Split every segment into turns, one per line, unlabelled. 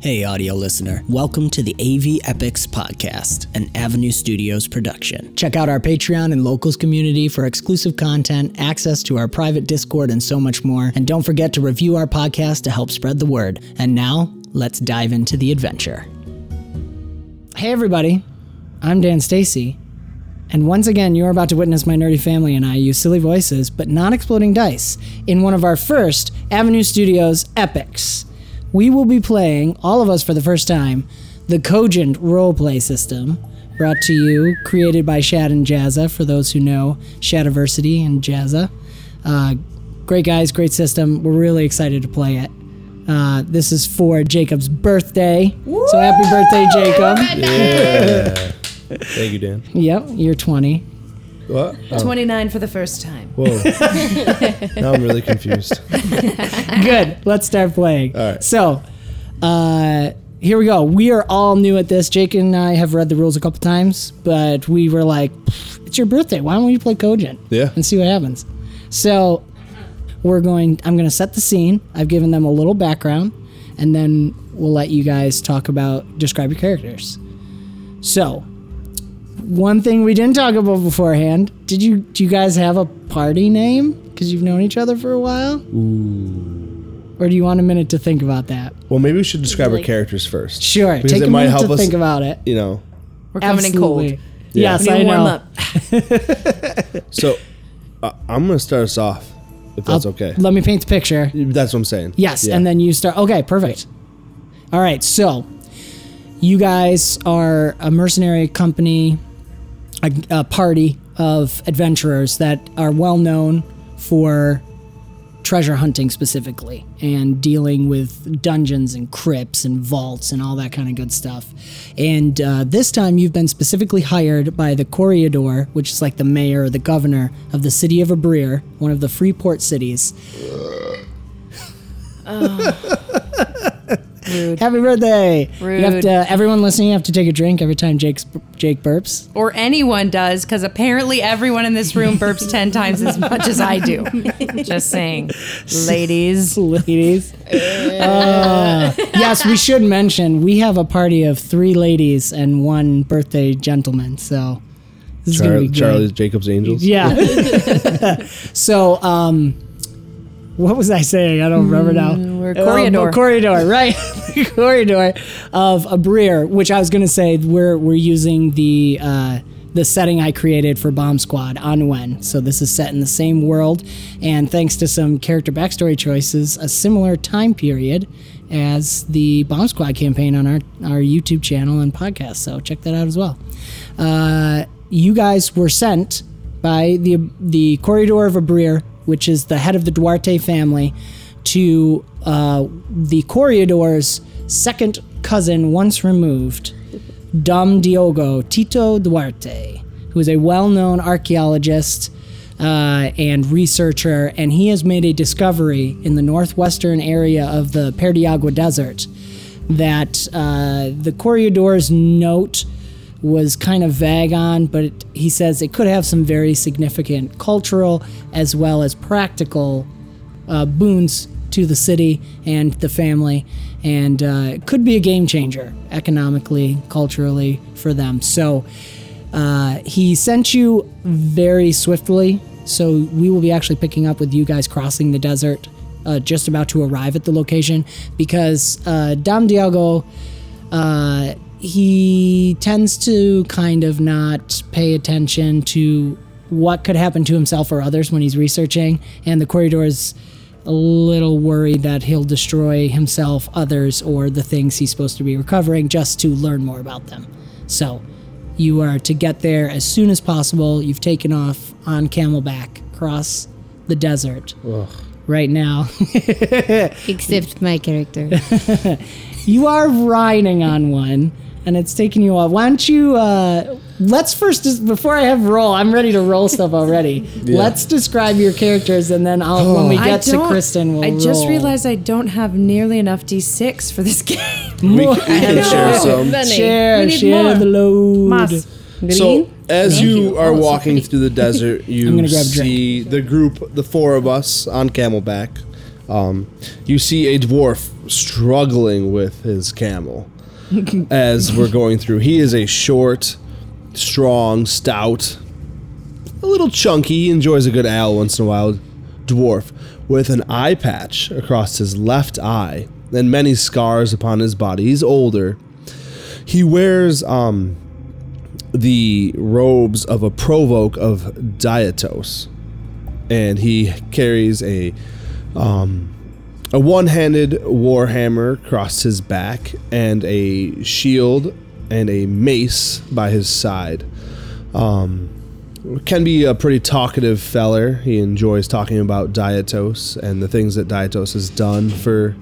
Hey, audio listener. Welcome to the AV Epics Podcast, an Avenue Studios production. Check out our Patreon and locals community for exclusive content, access to our private Discord, and so much more. And don't forget to review our podcast to help spread the word. And now, let's dive into the adventure. Hey, everybody. I'm Dan Stacy. And once again, you're about to witness my nerdy family and I use silly voices, but not exploding dice, in one of our first Avenue Studios epics. We will be playing, all of us for the first time, the Cogent roleplay system, brought to you, created by Shad and Jazza, for those who know Shadiversity and Jazza. Uh, great guys, great system. We're really excited to play it. Uh, this is for Jacob's birthday. So happy birthday, Jacob.
Thank you, Dan.
Yep, you're 20.
What? Oh,
29 for the first time.
whoa. now I'm really confused.
Good. Let's start playing.
All right.
So, uh, here we go. We are all new at this. Jake and I have read the rules a couple times, but we were like, "It's your birthday. Why don't we play Cogent?
Yeah.
And see what happens." So, we're going. I'm going to set the scene. I've given them a little background, and then we'll let you guys talk about describe your characters. So, one thing we didn't talk about beforehand. Did you? Do you guys have a party name? Because you've known each other for a while. Or do you want a minute to think about that?
Well, maybe we should describe our
Like-
characters first.
Sure.
Because
take
it
a
might
minute
help
to
us-
think about it.
You know.
We're coming in cold.
Yeah.
Yes,
We need
I
to warm
know.
up.
So uh, I'm gonna start us off, if that's
I'll-
okay.
Let me paint the picture.
That's what I'm saying.
Yes,
Yeah.
and then you start. Okay, perfect. All right, so you guys are a mercenary company, a, a party of adventurers that are well known for treasure hunting specifically and dealing with dungeons and crypts and vaults and all that kind of good stuff. And uh, this time you've been specifically hired by the Corregidor, which is like the mayor or the governor of the city of Abrir, one of the free port cities. Happy birthday! You have
Rude.
to. uh, Everyone listening, you have to take a drink every time Jake's Jake burps.
Or anyone does, because apparently everyone in this room burps 10 times as much as I do. Just saying. Ladies.
Ladies, Uh, yes, we should mention we have a party of three ladies and one birthday gentleman. So this is gonna
Char-
be good.
Charlie's Jacob's Angels.
Yeah. so, um, what was I saying? I don't remember now.
We're
Um,
corridor.
a corridor, right? the corridor of Abrir, which I was going to say we're we're using the uh, the setting I created for Bomb Squad Anwen. So this is set in the same world, and thanks to some character backstory choices, a similar time period as the Bomb Squad campaign on our our YouTube channel and podcast. So check that out as well. Uh, you guys were sent by the the corridor of Abrir, which is the head of the Duarte family, to uh, the Corridor's second cousin once removed, Dom Diogo Tito Duarte, who is a well known archaeologist uh, and researcher, and he has made a discovery in the northwestern area of the Perdiagua Desert that uh, the Corridor's note was kind of vague on, but it, he says it could have some very significant cultural as well as practical uh, boons to the city and the family, and uh, it could be a game changer economically, culturally for them. So uh, he sent you very swiftly. So we will be actually picking up with you guys crossing the desert, uh, just about to arrive at the location, because uh, Dom Diago uh, he tends to kind of not pay attention to what could happen to himself or others when he's researching, and the corridor is a little worried that he'll destroy himself, others, or the things he's supposed to be recovering just to learn more about them. So, you are to get there as soon as possible. You've taken off on camelback across the desert right now.
Except my character.
you are riding on one and it's taking you off. Why don't you, uh, let's first, just, before I have roll, I'm ready to roll stuff already. Let's describe your characters and then I'll, when we
Oh.
I
get to
don't-
Kristen, we'll
I just
roll.
realized I don't have nearly enough D6 for this game.
We, c- we can share some.
Share,
We need
share
more.
the load.
Mas.
So as you are walking through the desert, you
gonna grab a drink.
see the group, the four of us on camelback, Um, you see a dwarf struggling with his camel as we're going through. He is a short, strong, stout, a little chunky. He enjoys a good owl once in a while. Dwarf with an eye patch across his left eye and many scars upon his body. He's older. He wears um, the robes of a provoke of Diatos, and he carries a um, a one-handed warhammer across his back and a shield and a mace by his side. Um, can be a pretty talkative feller. He enjoys talking about Diatos and the things that Diatos has done for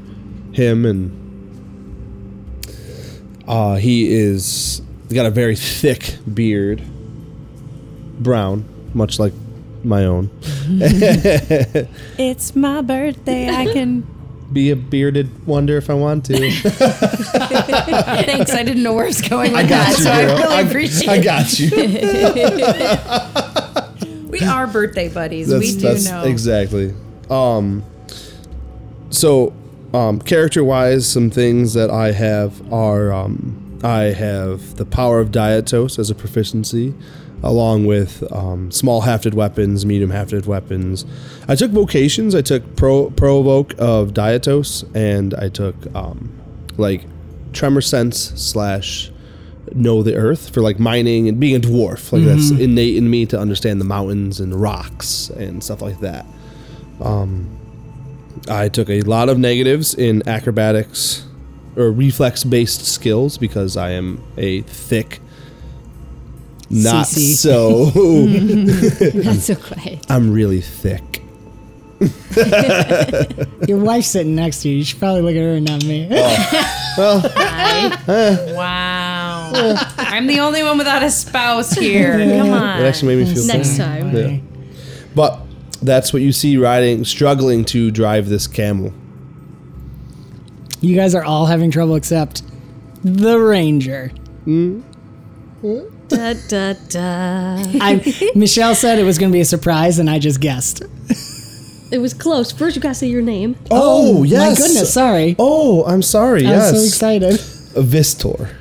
him, and uh, he is he's got a very thick beard, brown, much like my own.
It's my birthday. I can.
Be a bearded wonder if I want to.
Thanks. I didn't know where I was going with
got
that,
you,
so I
girl.
really
I-
appreciate
I
it.
got you.
We are birthday buddies.
That's,
we do
that's
know.
exactly. Um, so, um, character-wise, some things that I have are um, I have the power of Diatos as a proficiency, along with um, small hafted weapons, medium hafted weapons. I took vocations. I took pro provoke of Diatos, and I took um, like tremor sense slash know the earth for like mining and being a dwarf. Like that's
Mm-hmm.
innate in me to understand the mountains and rocks and stuff like that. Um, I took a lot of negatives in acrobatics or reflex based skills because I am a thick. Not
CC.
so.
Not so quiet.
I'm really thick.
Your wife's sitting next to you. You should probably look at her and not me.
Oh,
Wow. I'm the only one without a spouse here. Come on.
It actually made me feel
Ah, Next
bad.
time.
Yeah. But that's what you see riding, struggling to drive this camel.
You guys are all having trouble except the ranger.
da, da, da.
I, Michelle said it was going to be a surprise, and I just guessed.
It was close. First, you gotta say your name.
Oh, yes.
My goodness, sorry.
Oh, I'm sorry. yes.
I'm so excited.
Vistor.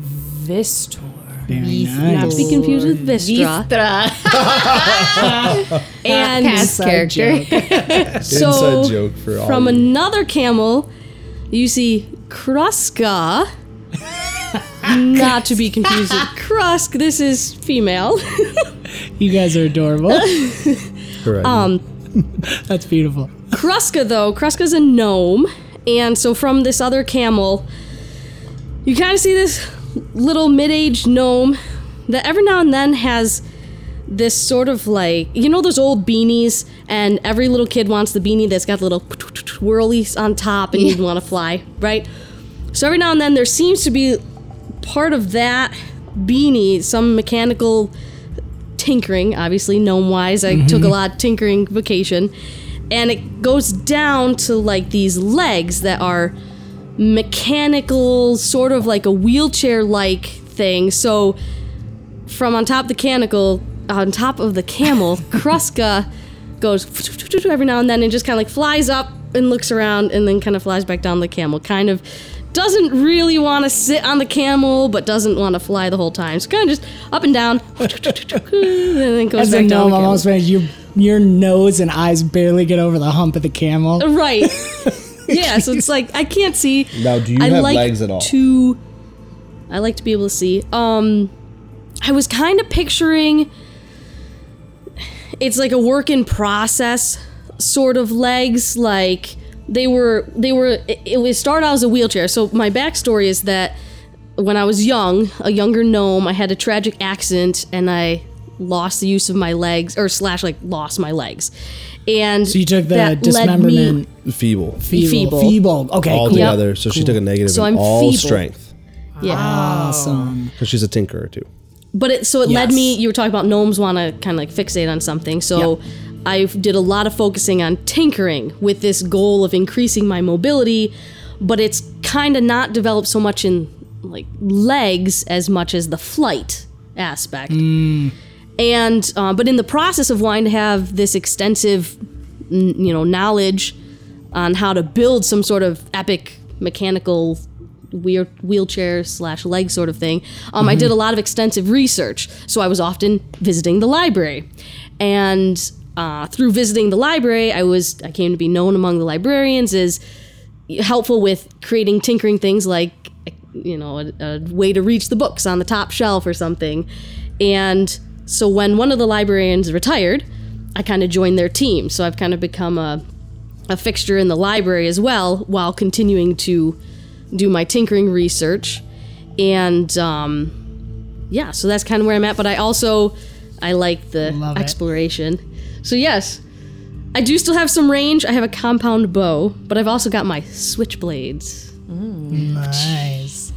Vistor.
Very
Yes,
nice.
To
Oh.
be confused with Vistra. And
Past character.
Joke.
so,
Inside joke for all.
from
of you.
another camel, you see Kruska. Not to be confused with Krusk. This is female.
You guys are adorable.
Correct.
That's beautiful.
Kruska, though, Kruska's a gnome. And so from this other camel, you kind of see this little mid aged gnome that every now and then has this sort of like, you know, those old beanies, and every little kid wants the beanie that's got the little whirlies on top and you want to fly, right? So every now and then there seems to be part of that beanie, some mechanical tinkering, obviously gnome wise. I took a lot of tinkering vacation, and it goes down to like these legs that are mechanical, sort of like a wheelchair like thing. So from on top of the canicle, on top of the camel, Kruska goes every now and then and just kind of like flies up and looks around and then kind of flies back down the camel. Kind of doesn't really want to sit on the camel, but doesn't want to fly the whole time. So kind of just up and down and then goes
As a gnome, I'm
back down. the camel.
almost finished. Your, your nose and eyes barely get over the hump of the camel.
Right. yeah, so it's like I can't see.
Now, do you
I
have
like
legs at all?
To, I like to be able to see. Um, I was kind of picturing. It's like a work in process sort of legs. Like they were, they were. It, it would start out as a wheelchair. So my backstory is that when I was young, a younger gnome, I had a tragic accident and I lost the use of my legs, or slash, like lost my legs. And
So you took the
that led me-
dismemberment.
feeble.
Feeble.
Feeble.
Feeble. Okay,
all
cool.
Yep.
together. So she took a negative
So
in
I'm
all
feeble.
strength.
Yeah.
Awesome.
Because she's a tinkerer, too.
but it so it led
Yes.
me you were talking about gnomes want to kind of like fixate on something so i did a lot of focusing on tinkering with this goal of increasing my mobility but it's kind of not developed so much in like legs as much as the flight aspect and uh, but in the process of wanting to have this extensive n- you know knowledge on how to build some sort of epic mechanical weird wheelchair slash leg sort of thing. Um, I did a lot of extensive research, so I was often visiting the library, and uh, through visiting the library, I was I came to be known among the librarians as helpful with creating tinkering things like you know a, a way to reach the books on the top shelf or something and so when one of the librarians retired i kind of joined their team so i've kind of become a, a fixture in the library as well while continuing to do my tinkering research and um, yeah so that's kind of where i'm at but i also i like the
Love it.
exploration so yes I do still have some range. I have a compound bow, but I've also got my switchblades
Nice.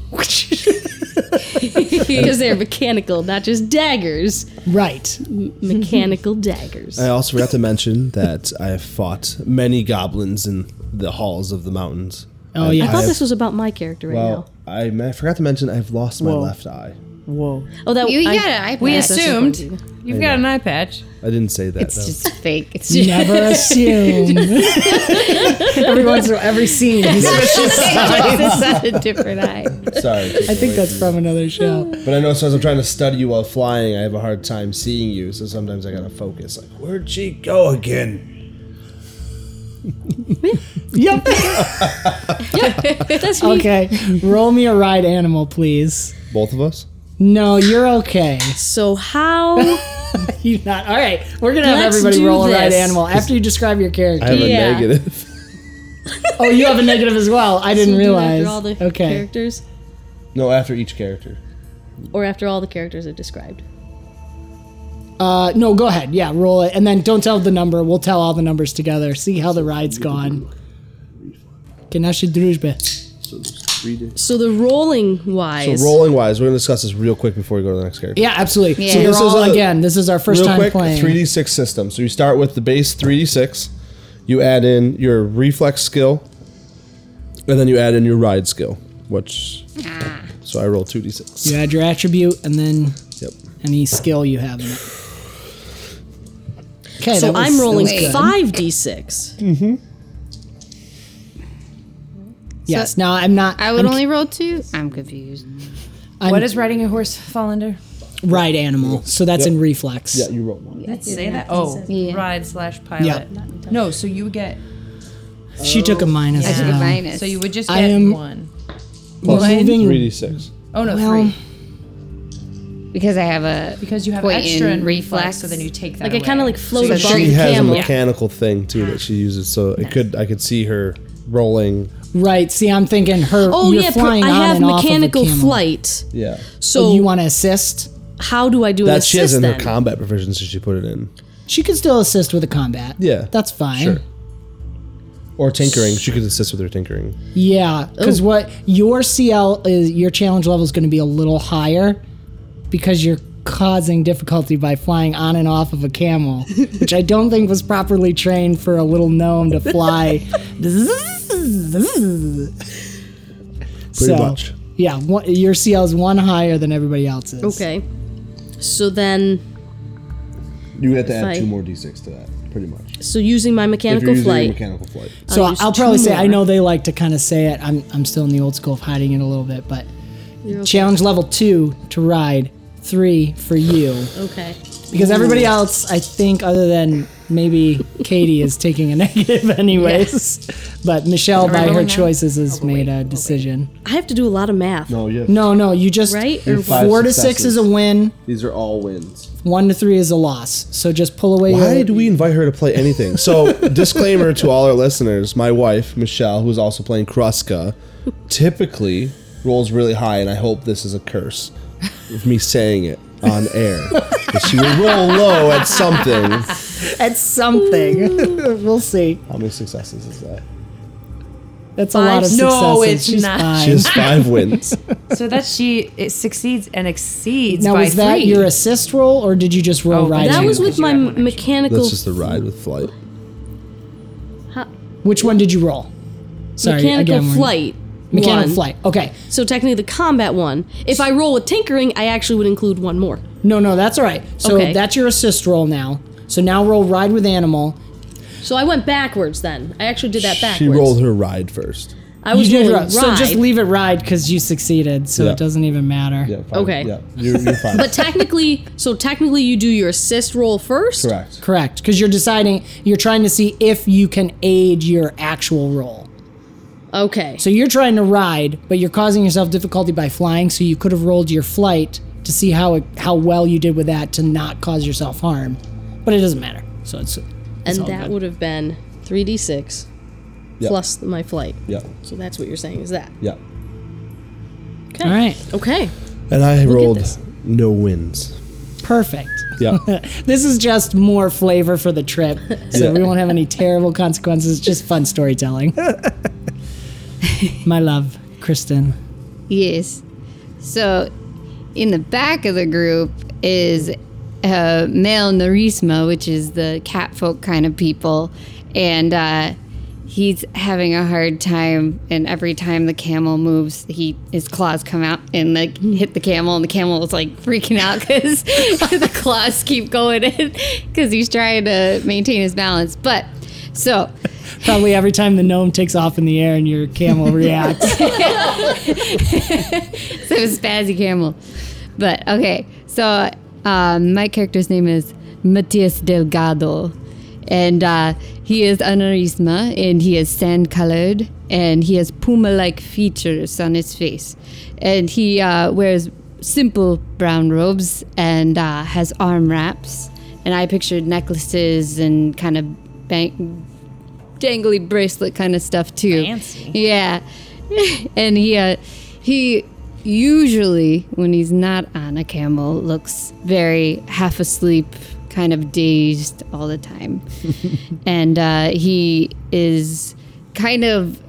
because they're mechanical, not just daggers.
Right.
Mechanical daggers.
I also forgot to mention that I have fought many goblins in the halls of the mountains.
Oh,
And
yeah.
I thought
have-
this was about my character right
Well, I, I forgot to mention I've lost my
Whoa.
left eye.
Whoa.
now. Oh, that
You
I-
got an iPad.
We
That's just
assumed
what you-
you've got an eye patch.
I didn't say that.
It's
though.
just fake. It's just
Never assume. every once in a while, every scene. he switches.
it's not a different eye.
Sorry.
I think that's from another show.
But I know since I'm trying to study you while flying, I have a hard time seeing you, so sometimes I gotta focus. Like, where'd she go again?
Yep.
That's me.
Okay. Roll me a ride animal, please.
Both of us?
No, you're okay.
So how?
You not all right. We're gonna have
Let's
everybody
do
roll a ride
this.
animal after you describe your character.
I have
Yeah.
a negative.
oh, you have a negative as well. I didn't
do it
realize.
After all the
okay.
characters,
No, after each character.
or after all the characters are described.
Uh, no, go ahead. Yeah, roll it, and then don't tell the number. We'll tell all the numbers together. See how the ride's gone. Ganache Druzhbe.
So the rolling
So
wise.
rolling wise, we're gonna discuss this real quick before we go to the next character.
Yeah, absolutely.
Yeah.
So
This
you're
is
all
a-
again. This is our first
Real
time
quick,
playing.
3d6 system. So you start with the base 3d6, you add in your reflex skill, and then you add in your ride skill, which. So I roll 2d6.
You add your attribute and then
Yep.
any skill you have in it. Okay,
so
that was-
I'm rolling
that was good.
five d6.
Yes. Now I'm not.
I would only roll two. I'm confused.
I'm
What does riding a horse fall under?
ride animal. So that's in reflex.
Yeah, you roll one.
Let's say that. Oh,
Yeah.
ride slash pilot. No, so you get.
She took a minus.
I took a
though.
minus.
So you would just
I
get
am-
one.
Plus
Moving-
3d6.
Oh no,
Well,
three.
because I have a
Because you have
point
extra
in
in reflex,
reflex.
so then you take that.
Like I kind of
away.
like float
So
above
she
the
She has a
camel.
mechanical thing too that she uses, so it could I could see her rolling.
Right. See, I'm thinking her.
Oh
you're
yeah, per-
flying
I
on
have
and off of a
mechanical
camel.
flight.
Yeah,
So
you want to assist?
how do I do an
that she has in
assist
her
then?
combat proficiency. She put it in.
She could still assist with a combat.
Yeah.
That's fine.
Sure. Or tinkering. She could assist with her tinkering.
Yeah, because what your CL is, your challenge level is going to be a little higher because you're causing difficulty by flying on and off of a camel, which I don't think was properly trained for a little gnome to fly.
Pretty much.
Yeah, one, your CL is one higher than everybody else's.
okay. So then,
You would have to add
Flight. two
more d6 to that, pretty much.
so using my mechanical flight.
mechanical flight.
So I'll,
use
probably
two
say I
more.
know they like to kind of say it. I'm I'm still in the old school of hiding it a little bit, but challenge level two to ride, three for you.
okay.
Because everybody else, I think, other than maybe Katie, is taking a negative anyways. But Michelle, by her
rolling now? Oh,
choices, has made a decision.
I have to do a lot of math,
No, yeah.
No, no, you just
right? Or
five.
four to six is a win,
These are all wins.
one to three is a loss. So just pull away.
Why
your,
do we invite her to play anything? So, disclaimer to all our listeners: my wife Michelle, who's also playing Kruska, typically rolls really high, and I hope this is a curse of me saying it on air. But she will roll low at something.
at something? we'll see.
How many successes is that?
That's a lot of
Five?
successes.
No, it's
She's
not.
fine.
She has five wins.
So that she it succeeds and exceeds
now
by
was that
three.
your assist roll, or did you just roll
Oh,
right?
That
Two,
was
because
with
you
my
had one extra.
mechanical
That's just the ride with flight.
Which one did you roll? Sorry,
mechanical
again, we're-
flight.
Mechanical
one.
flight. Okay,
So technically, the combat one. If I roll with tinkering, I actually would include one more.
No, no, that's all right. So
Okay.
that's your assist roll now. So now roll ride with animal.
So I went backwards then. I actually did that backwards.
She rolled her ride first.
I was
You did
rolling
right. So just
ride.
leave it ride because you succeeded, so
Yeah.
it doesn't even matter.
Yeah, fine.
Okay.
Yeah, you're, you're fine.
But technically, so technically, you do your assist roll first.
Correct.
Correct, because you're deciding, you're trying to see if you can aid your actual roll.
Okay.
So you're trying to ride, but you're causing yourself difficulty by flying. So you could have rolled your flight to see how it, how well you did with that to not cause yourself harm, but it doesn't matter. So it's, it's
and
all
that
good.
would have been 3d6
Yeah.
plus my flight.
Yeah.
So that's what you're saying is that.
Yeah.
Okay.
all right,
Okay.
And I
this.
rolled no wins.
perfect.
Yeah.
This is just more flavor for the trip, so
Yeah.
we won't have any terrible consequences. Just fun storytelling. My love, Kristen.
Yes. So, in the back of the group is uh, male Narisma, which is the catfolk kind of people, and uh, he's having a hard time. And every time the camel moves, he his claws come out and like hit the camel, and the camel is like freaking out because the claws keep going in because he's trying to maintain his balance. But so.
Probably every time the gnome takes off in the air and your camel reacts.
so it was Spazzy Camel. But okay, so um, my character's name is Matias Delgado, and uh, he is Anarisma, and he is sand colored, and he has puma like features on his face, and he uh, wears simple brown robes and uh, has arm wraps, and I pictured necklaces and kind of bang- dangly bracelet kind of stuff too.
Fancy.
Yeah, and he uh, he usually when he's not on a camel looks very half asleep, kind of dazed all the time, and uh, he is kind of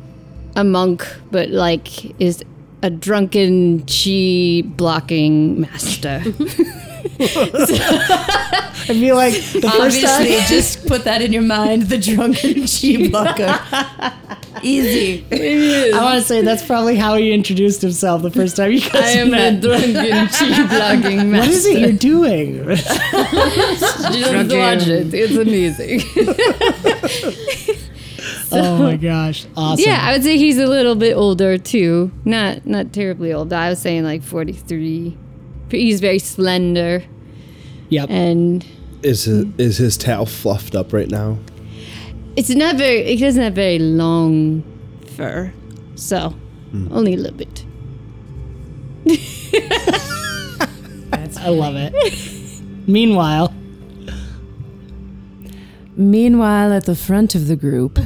a monk, but like is a drunken chi blocking master.
I feel like the first time.
Obviously, just put that in your mind. The drunken Chewbacca. Easy.
I want to say that's probably how he introduced himself the first time you
I
guys
am
met.
a drunken chi blocking
What is it
master.
you're doing?
You don't have to watch it. It's amazing.
oh my gosh. Awesome.
Yeah, I would say he's a little bit older too. Not not terribly old. I was saying like 43. But He's very slender
Yep.
and
Is his, is his tail fluffed up right now?
it's not very he doesn't have very long fur. So, only a little bit.
I love it. Meanwhile,
Meanwhile, at the front of the group,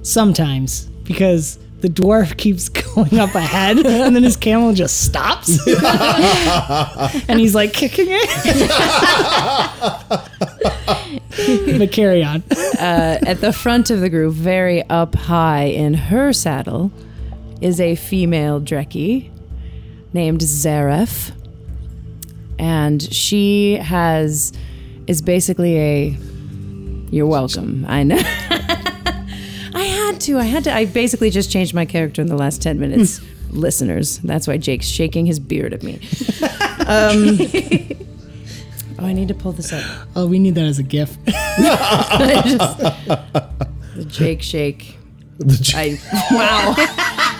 sometimes, because the dwarf keeps going up ahead and then his camel just stops. and he's like kicking it. but carry on.
at the front of the group, very up high in her saddle, is a female Drekkie named Zaref. And she has is basically a you're welcome. I know. I had to. I had to. I basically just changed my character in the last 10 minutes. Listeners, that's why Jake's shaking his beard at me. Um, oh, I need to pull this up.
Oh, we need that as a gift.
The Jake shake.
The ch-
I wow.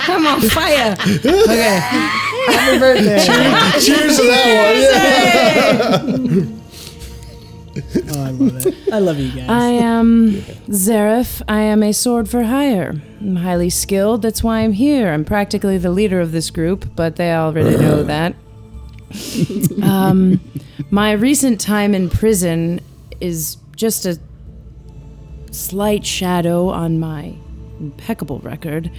I'm on fire.
Cheers to that
Oh, I love it. I love you guys.
I am Zareth. I am a sword for hire. I'm highly skilled. That's why I'm here. I'm practically the leader of this group, but they already know that. um, my recent time in prison is just a slight shadow on my impeccable record.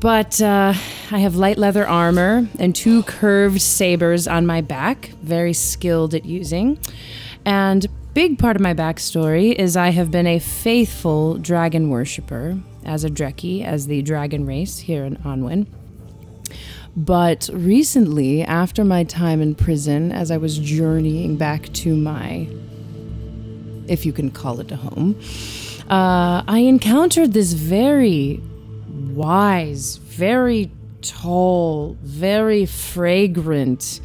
But uh, I have light leather armor and two curved sabers on my back, very skilled at using. And big part of my backstory is I have been a faithful dragon worshiper as a Drekkie, as the dragon race here in Anwen. But recently, after my time in prison, as I was journeying back to my, if you can call it a home, uh, I encountered this very wise, very tall, very fragrant.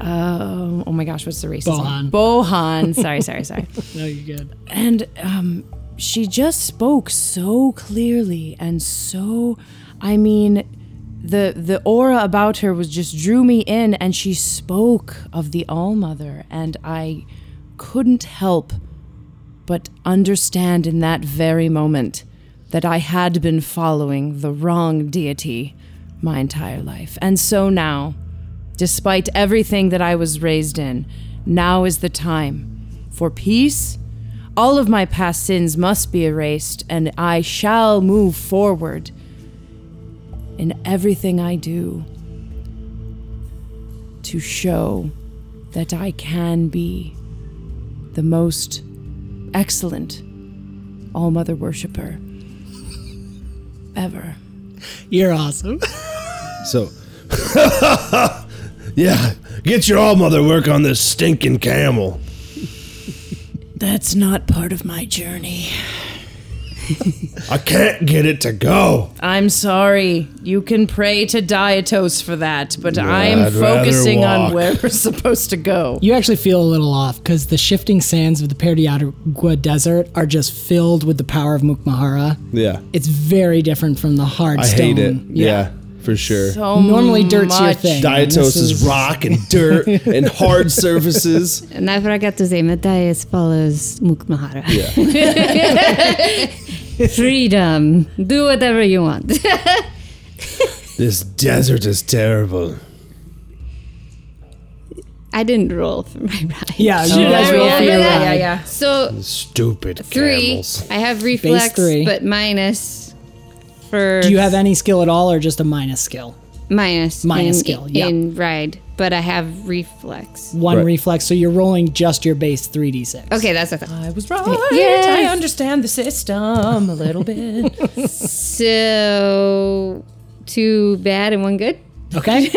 Uh, oh my gosh, what's the race?
Bohan.
Bohan. Sorry, sorry, sorry.
no, you're good.
And um, she just spoke so clearly and so I mean the the aura about her was just drew me in and she spoke of the Allmother and I couldn't help but understand in that very moment that I had been following the wrong deity my entire life. And so now, despite everything that I was raised in, now is the time for peace. All of my past sins must be erased, and I shall move forward in everything I do to show that I can be the most excellent all mother worshiper ever.
You're awesome.
So, yeah, get your all mother work on this stinking camel.
That's not part of my journey.
I can't get it to go.
I'm sorry. You can pray to Diatos for that, but I'm
I'd rather
focusing on
walk.
where we're supposed to go.
You actually feel a little off because the shifting sands of the Perdiyagua Desert are just filled with the power of Mukmahara.
Yeah,
It's very different from the hard
I
stone.
hate it. Yeah, for sure.
So
Normally, dirt's your
much.
thing. and
Diatos
this
is rock and dirt and hard surfaces.
And I forgot to say, Matthias follows Mukmahara. Freedom. Do whatever you want.
This desert is terrible.
I didn't roll for my ride.
Yeah, you
Should
guys
I
roll for your
that?
ride.
yeah.
So
Stupid
three.
camels.
I have reflex,
three.
but minus for
Do you have any skill at all, or just a minus skill?
minus
Minus
in,
skill, yeah.
in ride, but I have reflex.
One
Right.
reflex, so you're rolling just your base three d six.
Okay, that's what I thought.
I was right.
Yes.
I understand the system a little bit.
So two bad and one good.
Okay.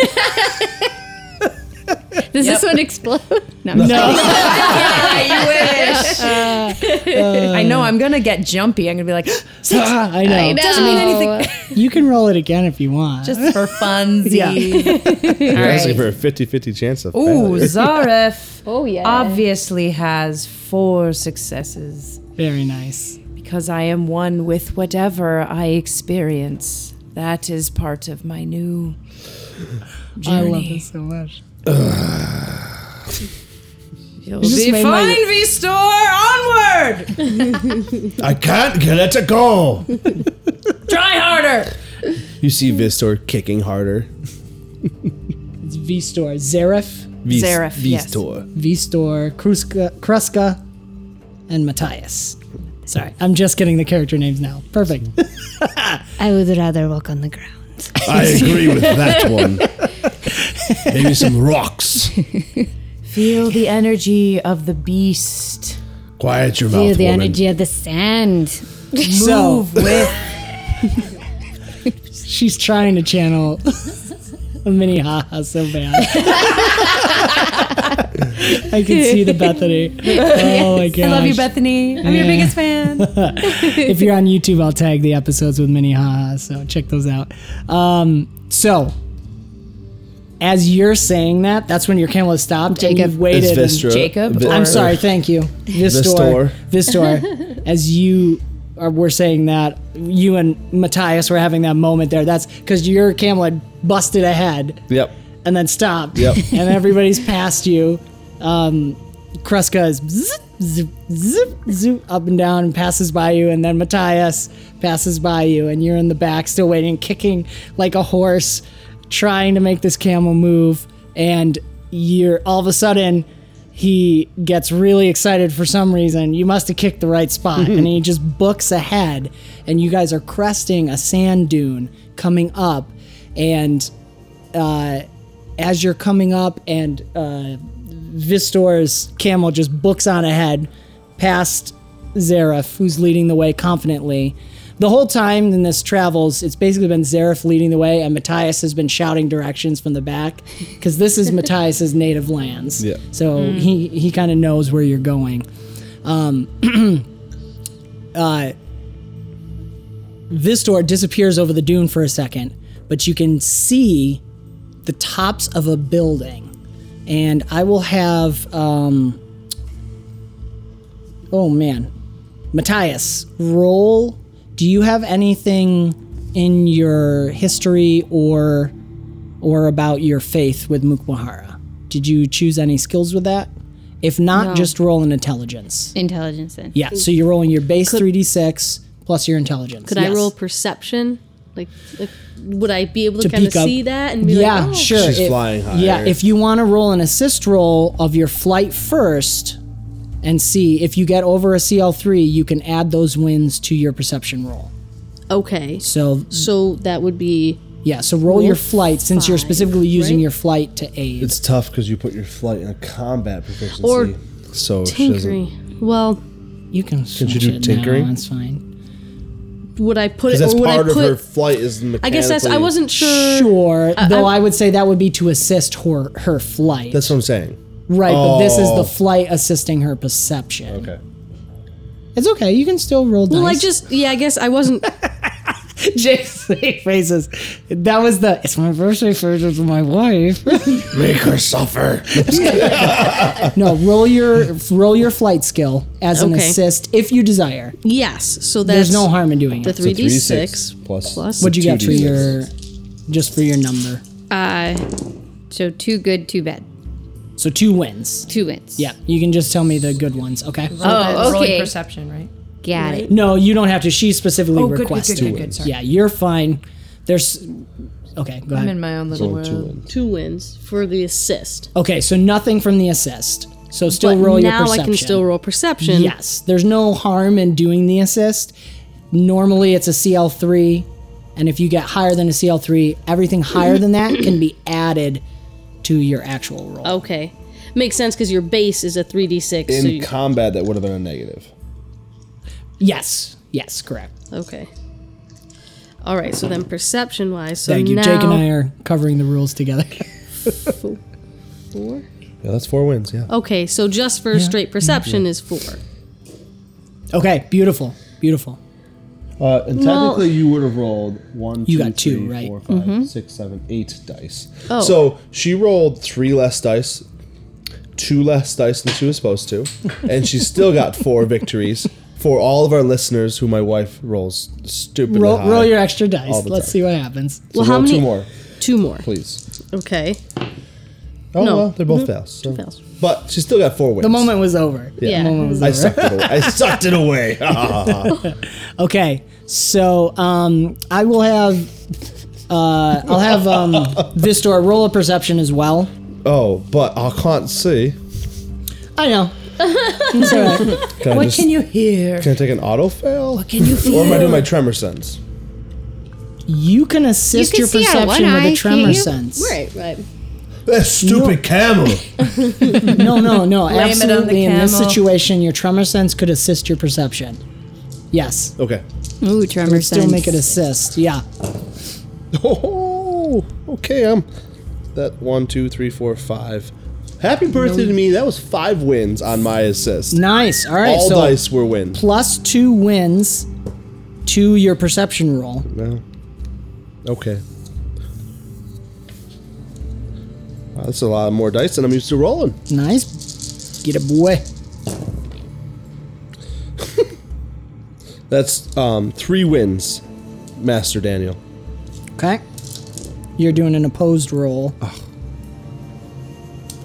Does this one explode? No. no.
I know I'm gonna get jumpy. I'm gonna be like,
I know.
Doesn't mean anything.
You can roll it again if you want.
just for funsies.
You're asking for a 50 50 chance of
Ooh,
failure.
Zaref
Oh yeah.
obviously has four successes
Very nice.
because I am one with whatever I experience. That is part of my new journey.
I love this so much.
You'll
You just
be
made
fine,
my-
V-Store! Onward!
I can't get it to go.
Try harder!
You see Vistor kicking harder.
It's V Store, Zaref,
Vis-
Zaref, yes.
Vistor.
V Store, Kruska, Kruska, and Matthias. Sorry, I'm just getting the character names now. Perfect.
I would rather walk on the ground.
I agree with that one. Maybe some rocks.
Feel the energy of the beast.
Quiet your
Feel
mouth,
the
woman.
energy of the sand.
so
Move with
she's trying to channel a mini haha so bad. I can see the Bethany. Oh my gosh.
I love you, Bethany. I'm your biggest fan.
if you're on YouTube, I'll tag the episodes with mini haha, so check those out. Um, so, as you're saying that, that's when your camel has stopped. and
Jacob.
you've waited. and-
It's Vistor.
Jacob
Vi-
or-
I'm sorry. Thank you, Vistor. Vistor. as you are, were saying that, you and Matthias were having that moment there. That's because your camel had busted ahead
Yep.
and then stopped.
Yep.
and everybody's past you. Um, Kreska is zip, zip, zip, zip up and down and passes by you, and then Matthias passes by you, and you're in the back still waiting, kicking like a horse, trying to make this camel move, and you're all of a sudden. He gets really excited for some reason. You must have kicked the right spot. And he just books ahead. And you guys are cresting a sand dune coming up. And uh, as you're coming up and uh, Vistor's camel just books on ahead past Zaref, who's leading the way confidently. The whole time in this travels, it's basically been Zaref leading the way, and Matthias has been shouting directions from the back because this is Matthias's native lands.
Yeah.
So he, he kind of knows where you're going. Um, uh, Vistor disappears over the dune for a second, but you can see the tops of a building. And I will have, um, oh man, Matthias, roll. Do you have anything in your history or or about your faith with Mukmahara? Did you choose any skills with that? If not, just roll an intelligence.
Intelligence then.
Yeah, so you're rolling your base 3d6 plus your intelligence.
Could I
Yes.
roll perception? Like, if, would I be able to,
To
kind of
peek up.
see that and be
yeah,
like, oh,
sure.
She's flying
Yeah,
higher.
if you want to roll an assist roll of your flight first and see if you get over a CL3, you can add those wins to your perception roll.
okay.
So,
So that would be
yeah, so roll your flight since you you're specifically using your flight to aid.
It's tough because you put your flight in a combat proficiency.
Or
so she doesn't.
tinkering. Well,
you can switch
you do
it now,
tinkering?
that's fine.
would I put
Because
it
that's
or would I
part of her
put?
flight is mechanically.
I guess that's. I wasn't sure.
Sure, though I, would say that would be to assist her, her flight.
That's what I'm saying.
right, but this is
Oh.
the flight assisting her perception.
Okay.
It's okay, you can still roll dice.
Well, I just. Yeah, I guess I wasn't.
Jake's faces. That was the. It's my birthday photo with my wife.
Make her suffer.
no, roll your roll your flight skill as an
Okay.
assist if you desire.
yes. So that's
There's no harm in doing
The
it.
three d six.
plus.
plus-
What'd you get for
2d6.
your just for your number?
Uh, so two good, two bad,
So two wins.
two wins.
Yeah, you can just tell me the good ones. Okay.
Oh,
Rolling
okay.
perception, right?
Got it.
No, you don't have to. She specifically
Oh, good, good,
requested.
good, good, good, sorry.
Yeah, you're fine. There's. Okay, go
I'm
ahead.
in my own little
Only two
world.
wins.
two wins for the assist.
Okay, so nothing from the assist. So still
but
roll your
now
perception.
I can still roll perception.
Yes, there's no harm in doing the assist. Normally, it's a CL3, and if you get higher than a CL3, everything higher than that can be added to your actual roll.
Okay. Makes sense because your base is a 3d6. so
In
you,
combat, that would have been a negative.
Yes, yes, correct.
okay. All right. So then perception wise. So
Thank you.
Now,
Jake and I are covering the rules together.
Four?
Yeah, that's four wins. Yeah.
Okay. So just for straight perception is four.
okay, beautiful, beautiful.
Uh, and technically, you would have rolled one,
You
two,
got two,
three,
right? Mm-hmm. Oh.
four, five, six, seven, eight dice. So she rolled three less dice, two less dice than she was supposed to, and she still got four victories. For all of our listeners, who my wife rolls stupidly
Roll,
high.
roll your extra dice.
the
Let's
time.
see what happens.
So
Well, how
roll
many-
Two more,
Two more.
please.
Okay.
Oh
No.
well, they're both fails. so-
Fails.
But she still got four wins.
Mm-hmm. The moment was over.
Yeah.
The moment was
I
over.
sucked it away. I sucked it away.
Okay, so um, I will have. Uh, I'll have um, Vistor roll a perception as well.
oh, but I can't see.
I know. It's all right.
Can I
What
just-
can you hear?
Can I take an auto fail?
Can you feel?
Or am I doing my tremor sense?
You can assist
You can
your
see out of one
perception with
eye,
a
can't
tremor
you?
sense.
Right. Right.
That stupid camel.
No, no, no.
on the
absolutely. In this
camel.
situation, your tremor sense could assist your perception. Yes.
Okay.
Ooh, tremor
Still
sense.
make it assist. Yeah.
Oh, okay. I'm that one, two, three, four, five. Happy birthday to me. That was five wins on my assist.
Nice. All right.
All
so
dice were wins.
plus two wins to your perception roll.
No. Okay. Wow, that's a lot more dice than I'm used to rolling.
Nice. Get it, boy.
That's um, three wins, Master Daniel.
Okay. You're doing an opposed roll.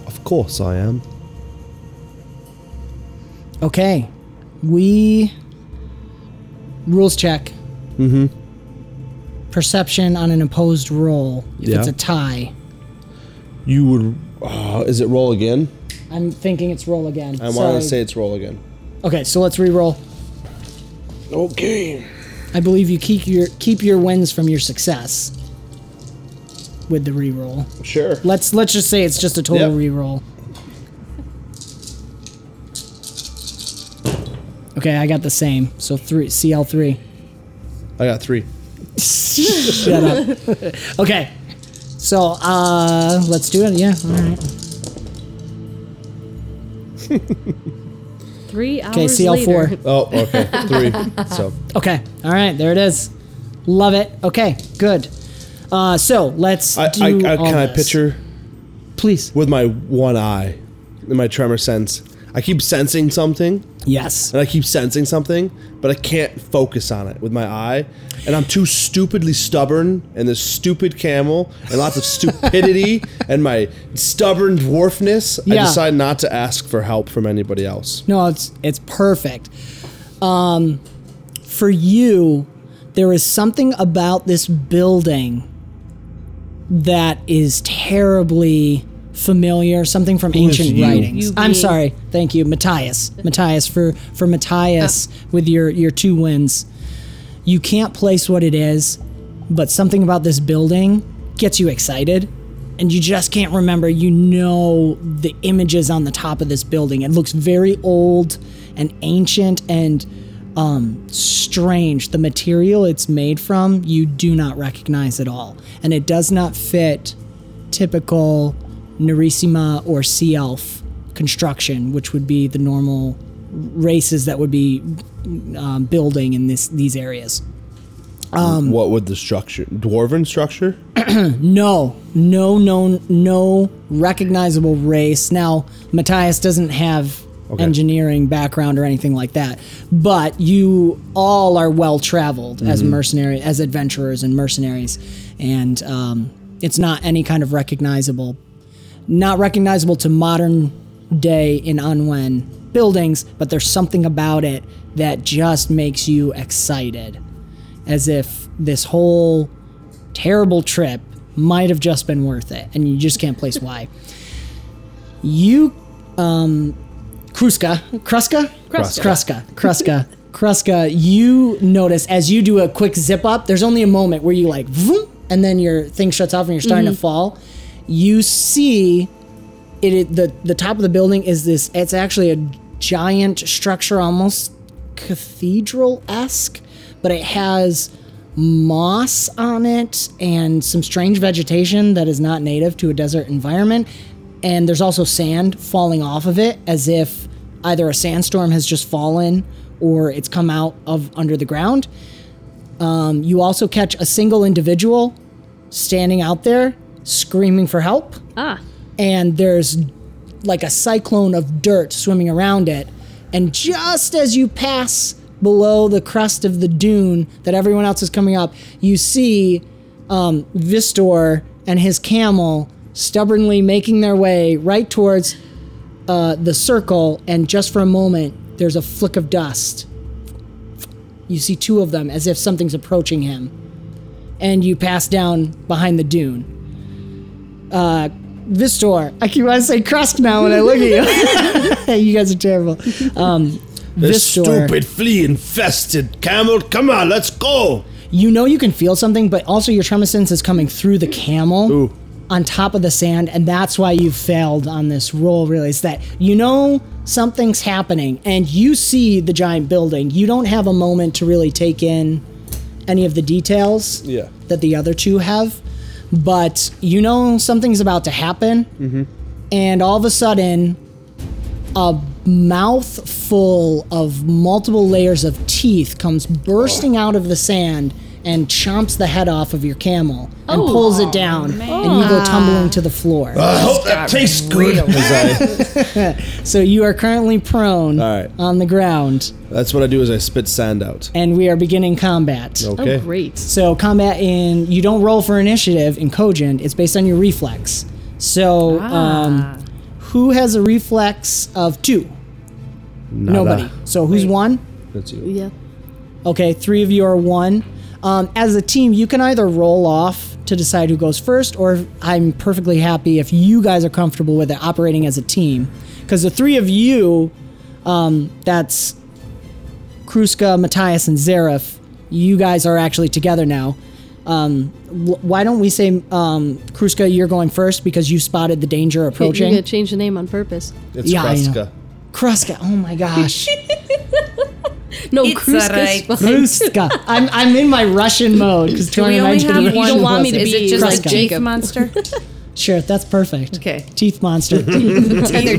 Of course I am.
Okay. We rules check. Mm-hmm. Perception on an opposed roll. If it's a
Yeah.
tie.
You would. Uh, is it roll again?
I'm thinking it's roll again.
I want
Sorry.
to say it's roll again.
Okay, so let's re-roll.
Okay.
I believe you keep your keep your wins from your success with the re-roll.
Sure.
Let's let's just say it's just a total
Yep.
re-roll. Okay, I got the same. So three CL three.
I got three.
Shut up. okay. So uh let's do it, yeah. All right.
Three hours.
Okay, CL4.
later.
Oh, okay. Three. So
Okay. All right. There it is. Love it. Okay. Good. Uh, so let's
I,
do.
I, I uh,
all
can I
this.
picture
Please.
with my one eye, in my tremor sense, I keep sensing something,
Yes.
and I keep sensing something, but I can't focus on it with my eye, and I'm too stupidly stubborn, and this stupid camel, and lots of stupidity, and my stubborn dwarfness. I
Yeah.
decide not to ask for help from anybody else.
No, it's it's perfect. Um, for you, there is something about this building that is terribly familiar. Something from ancient
you?
writings.
You
I'm
being-
sorry. Thank you, Matthias. Matthias for for Matthias
Oh.
with your your two wins. You can't place what it is, but something about this building gets you excited. And you just can't remember. You know the images on the top of this building. It looks very old and ancient and um, strange. The material it's made from, you do not recognize at all. And it does not fit typical Nerissima or sea elf construction, which would be the normal races that would be um, building in this these areas. Um,
what would the structure, dwarven structure?
No, no, no, no recognizable race. Now, Matthias doesn't have
Okay.
engineering background or anything like that, but you all are well traveled as mercenary, as adventurers and mercenaries, and um, it's not any kind of recognizable, not recognizable to modern day in Unwen buildings, but there's something about it that just makes you excited, as if this whole terrible trip might have just been worth it, and you just can't place why. You, um, Kruska, Kruska,
Kruska.
Kruska, Kruska, Kruska. You notice as you do a quick zip up. There's only a moment where you like, vroom, and then your thing shuts off and you're starting to fall. You see, it, it the the top of the building is this. It's actually a giant structure, almost cathedral esque, but it has moss on it and some strange vegetation that is not native to a desert environment. And there's also sand falling off of it as if either a sandstorm has just fallen or it's come out of under the ground. Um, you also catch a single individual standing out there screaming for help.
Ah.
And there's like a cyclone of dirt swimming around it. And just as you pass below the crest of the dune that everyone else is coming up, you see um, Vistor and his camel stubbornly making their way right towards uh, the circle. And just for a moment, there's a flick of dust. You see two of them as if something's approaching him. And you pass down behind the dune. Vistor. I keep want to say Krusk now when I look at you. you guys are terrible. Um,
This
Vistor.
stupid flea infested camel. Come on, let's go.
You know you can feel something, but also your tremescence is coming through the camel
Ooh.
on top of the sand, and that's why you failed on this roll. Really, is that you know something's happening, and you see the giant building. You don't have a moment to really take in any of the details
Yeah.
that the other two have, but you know something's about to happen,
Mm-hmm.
and all of a sudden, a mouth full of multiple layers of teeth comes bursting out of the sand and chomps the head off of your camel and pulls it down, and you go tumbling to the floor.
I hope that tastes good. As I-
So you are currently prone
All right.
on the ground,
that's what I do is I spit sand out.
and we are beginning combat.
Okay.
Oh, great.
So combat in you don't roll for initiative in Kojin. It's based on your reflex. So um, who has a reflex of two?
Nada.
Nobody. So who's one?
That's you.
Yeah.
Okay, three of you are one. Um, as a team, you can either roll off to decide who goes first, or I'm perfectly happy if you guys are comfortable with it operating as a team. Because the three of you, um, that's Kruska, Matthias, and Zaref, you guys are actually together now. Um, wh- why don't we say, um, Kruska, you're going first because you spotted the danger
You're
approaching?
gonna change the name on purpose.
It's
Yeah, I know.
Kraska.
Kruska, oh my gosh.
No,
It's
Kruska's
alright.
fine.
Kruska. I'm, I'm in my Russian mode because
Do we only have one?
You don't want me to
Is
be
it just like
Kruska.
Jake Monster?
Sure, that's perfect.
Okay.
Teeth monster.
Are there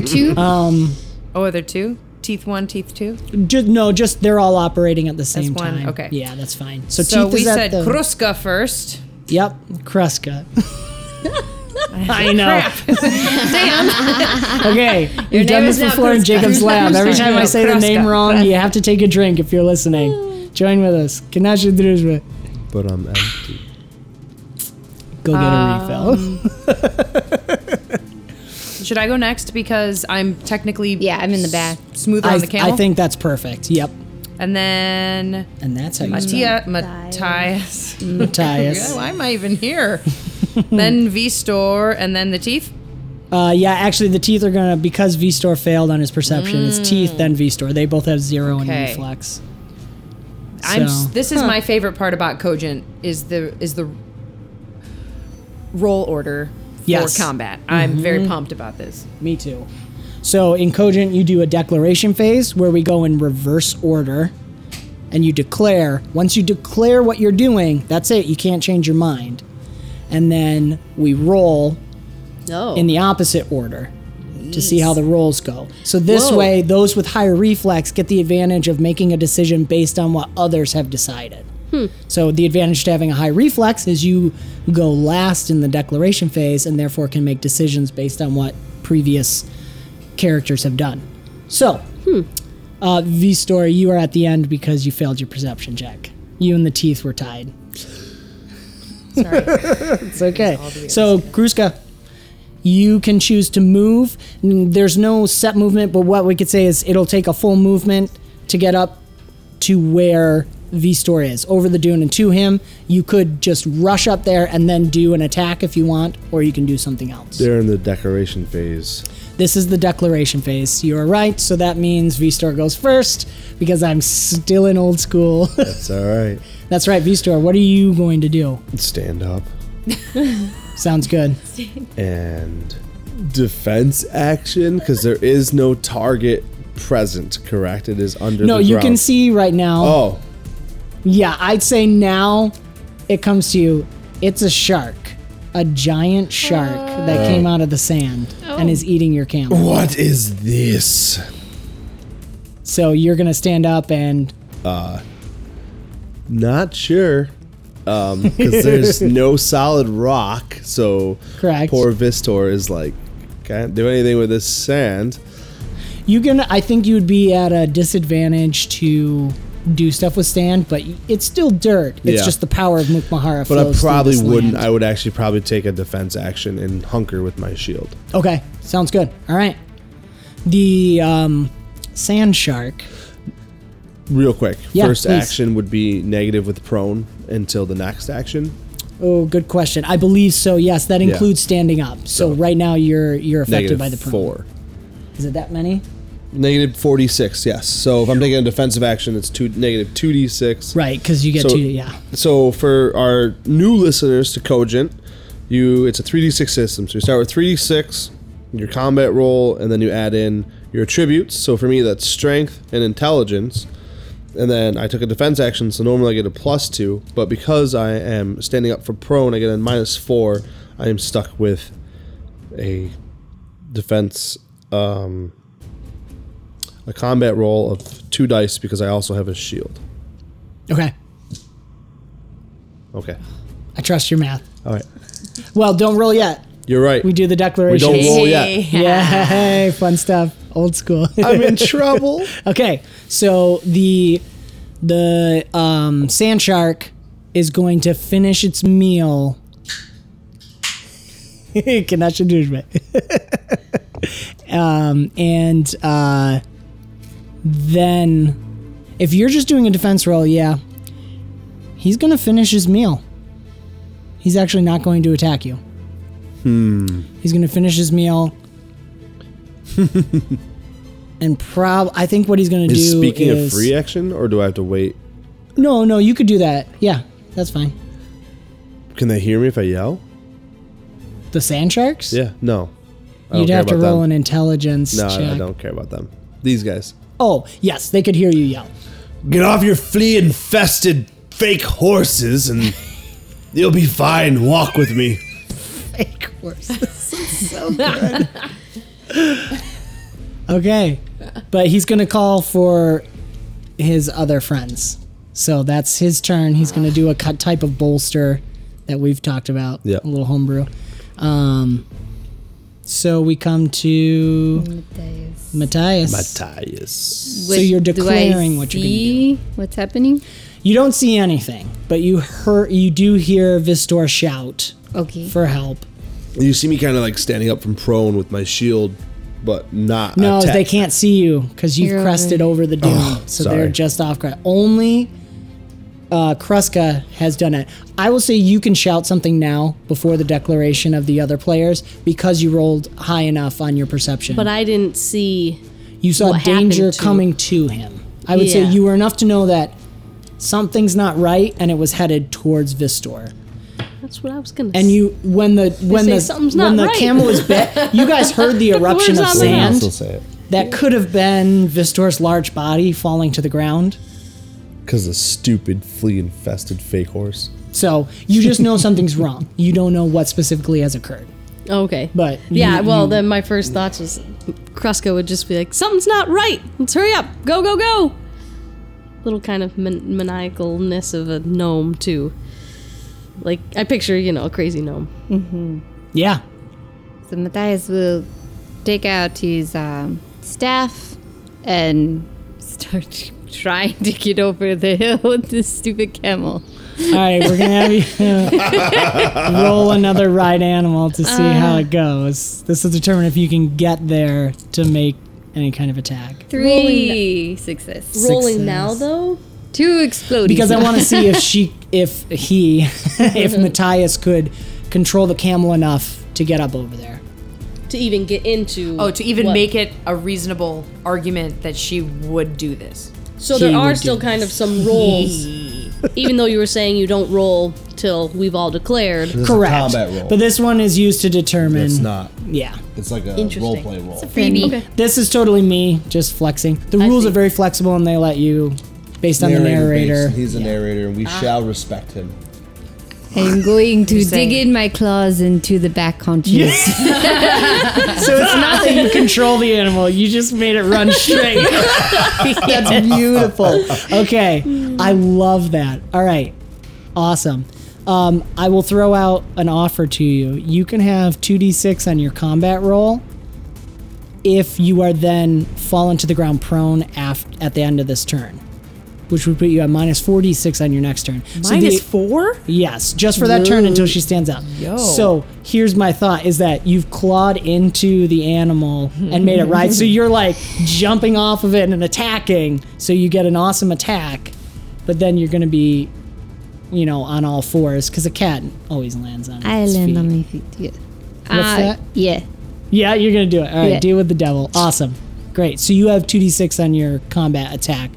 two?
Um,
Oh, are there two? Teeth one, teeth two.
just, no, just they're all operating at the same
one,
time.
okay.
Yeah, that's fine. So,
So
teeth
we
is at
said
the
Kruska first.
Yep, Kruska. I know. Okay, we've done this
name is
before
not
in Jacob's lab. Every time I say the name wrong, you have to take a drink if you're listening. Join with us. Kanasha Druzma.
But I'm empty.
Go get
Um,
a refill.
Should I go next because I'm technically
Yeah, I'm in the back.
smoother
I,
on the camel?
I think that's perfect. Yep.
And then
And that's how you spell
Mattia Matthias.
it. Matthias.
Yeah, why am I even here? then V Store and then the teeth.
Uh, yeah, actually, the teeth are gonna because V Store failed on his perception. It's teeth then V Store. They both have zero in
Okay.
reflex.
I'm s-
So-
this is my favorite part about Cogent is the is the roll order for
Yes. Mm-hmm.
combat. I'm very pumped about this.
Me too. So in Cogent, you do a declaration phase where we go in reverse order, and you declare. Once you declare what you're doing, that's it. You can't change your mind. And then we roll
No.
in the opposite order to see how the rolls go. So this
Whoa.
way, those with higher reflex get the advantage of making a decision based on what others have decided. So the advantage to having a high reflex is you go last in the declaration phase and therefore can make decisions based on what previous characters have done. So, uh, V story, you are at the end because you failed your perception check. You and the teeth were tied. it's okay. So, Gruska, you can choose to move. N- There's no set movement, but what we could say is it'll take a full movement to get up to where V Store is, over the dune and to him. You could just rush up there and then do an attack if you want, or you can do something else.
They're in the decoration phase.
This is the declaration phase. You are right, so that means V Store goes first because I'm still in old school.
That's all right.
That's right, V Store. What are you going to do?
Stand up
Sounds good.
and defense action because there is no target present. Correct? It is under.
No,
the
you can
ground.
see right now.
Oh,
Yeah, I'd say now it comes to you. It's a shark, a giant shark
Oh.
that came out of the sand and is eating your camel.
what is this?
So you're going to stand up and
Not sure. Um, because there's no solid rock, so
Correct.
poor Vistor is like, can't do anything with this sand.
you can I think you'd be at a disadvantage to do stuff with sand, but it's still dirt. It's
Yeah.
just the power of Mukmahara.
But I
flows through
probably
this
wouldn't.
land.
I would actually probably take a defense action and hunker with my shield.
Okay, sounds good. All right. The um, sand shark.
Real quick.
Yeah,
First
please.
action would be negative with prone until the next action.
Oh, good question. I believe so. Yes, that
Yeah.
includes standing up. So,
So-
right now you're you're affected
Negative
by the prone.
four.
Is it that many?
Negative 46, yes. So if I'm taking a defensive action, it's two negative 2d6.
Right, because you get
So-
two. Yeah.
So for our new listeners to Cogent, you it's a 3d6 system. So you start with 3d6, your combat roll, and then you add in your attributes. So for me, that's strength and intelligence. And then I took a defense action, so normally I get a plus two, but because I am standing up for prone, I get a minus four. I am stuck with a defense, um, a combat roll of two dice because I also have a shield.
Okay.
Okay.
I trust your math.
All right.
Well, don't roll yet.
You're right.
We do the
We
declaration.
don't roll yet.
Yeah, fun stuff. Old school.
I'm in trouble.
okay, so the the um, sand shark is going to finish its meal. Cannot do it. Um and uh, then if you're just doing a defense roll, yeah, he's gonna finish his meal. He's actually not going to attack you. Hmm.
Hmm.
He's gonna finish his meal. and prob I think what he's gonna
Is
do
speaking
is
of free action, or do I have to wait?
no, no, you could do that. Yeah, that's fine.
Can they hear me if I yell?
The sand sharks?
Yeah. No. I don't
You'd
care
have to
about
roll
them.
an intelligence
No,
check.
I don't care about them. These guys.
Oh, yes, they could hear you yell.
Get off your flea infested fake horses and you'll be fine. Walk with me.
Fake horses. so good. okay. But he's going to call for his other friends. So that's his turn. He's going to do a cut type of bolster that we've talked about.
Yep.
A little homebrew. Um, so we come to
Matthias.
Matthias.
Matthias.
So you're declaring what you're gonna
going to do. What's happening?
you don't see anything, but you hear you do hear Vistor shout
Okay.
for help.
You see me kind of like standing up from prone with my shield, but not.
No,
attack.
they can't see you because you've
You're
crested over the dune, so they're
sorry.
just off crest. Only uh, Kruska has done it. I will say you can shout something now before the declaration of the other players because you rolled high enough on your perception.
But I didn't see.
you saw
what
danger
happened to-
coming to him. I would say
Yeah.
you were enough to know that something's not right, and it was headed towards Vistor.
That's what I was gonna.
And you, when the when
say
the
something's
when
not
the
right.
camel was bit, you guys heard the eruption of
Where's that man?
sand.
also say it
That could have been Vistor's large body falling to the ground.
because the stupid flea-infested fake horse.
So you just know something's wrong. You don't know what specifically has occurred.
oh, okay.
But
yeah.
you-
well, then my first thoughts was, Kruska would just be like, "Something's not right. Let's hurry up. Go, go, go." Little kind of man- maniacalness of a gnome too. Like I picture, you know, a crazy gnome.
yeah,
So Matthias will take out his um, staff and start trying to get over the hill with this stupid camel.
All right, we're gonna have you roll another ride animal to see how it goes. This will determine if you can get there to make any kind of attack.
Three success.
Rolling now though.
Two exploding.
Because I want to see if she, if he, if Matthias could control the camel enough to get up over there.
to even get into.
Oh, to even
what-
make it a reasonable argument that she would do this.
So
He
there
would
are
do
still kind of some rolls, even though you were saying you don't roll till we've all declared.
This is a
Correct.
combat roll.
But this one is used to determine.
it's not.
Yeah.
It's like a
Interesting.
role play roll.
freebie.
This is totally me just flexing. The rules
see.
are very flexible and they let you, based on the narrator. Ah.
based. He's a narrator, and we shall respect him.
I'm going to dig
saying-
in my claws into the back haunches.
So it's not that you control the animal, you just made it run straight. That's beautiful. Okay. I love that. All right. Awesome. Um, I will throw out an offer to you. You can have 2d6 on your combat roll if you are then fallen to the ground prone aft- at the end of this turn, which would put you at minus 4d6 on your next turn. So
Mine is
the-
four?
Yes, just for that turn until she stands up. So here's my thought: is that you've clawed into the animal and made it ride, so you're like jumping off of it and attacking. So you get an awesome attack, but then you're going to be, you know, on all fours because a cat always lands on.
I
its
land
feet.
on my feet. Yeah. Uh,
What's that?
Yeah.
Yeah, you're going to do it. All right,
Yeah.
deal with the devil. Awesome, great. So you have two d six on your combat attack.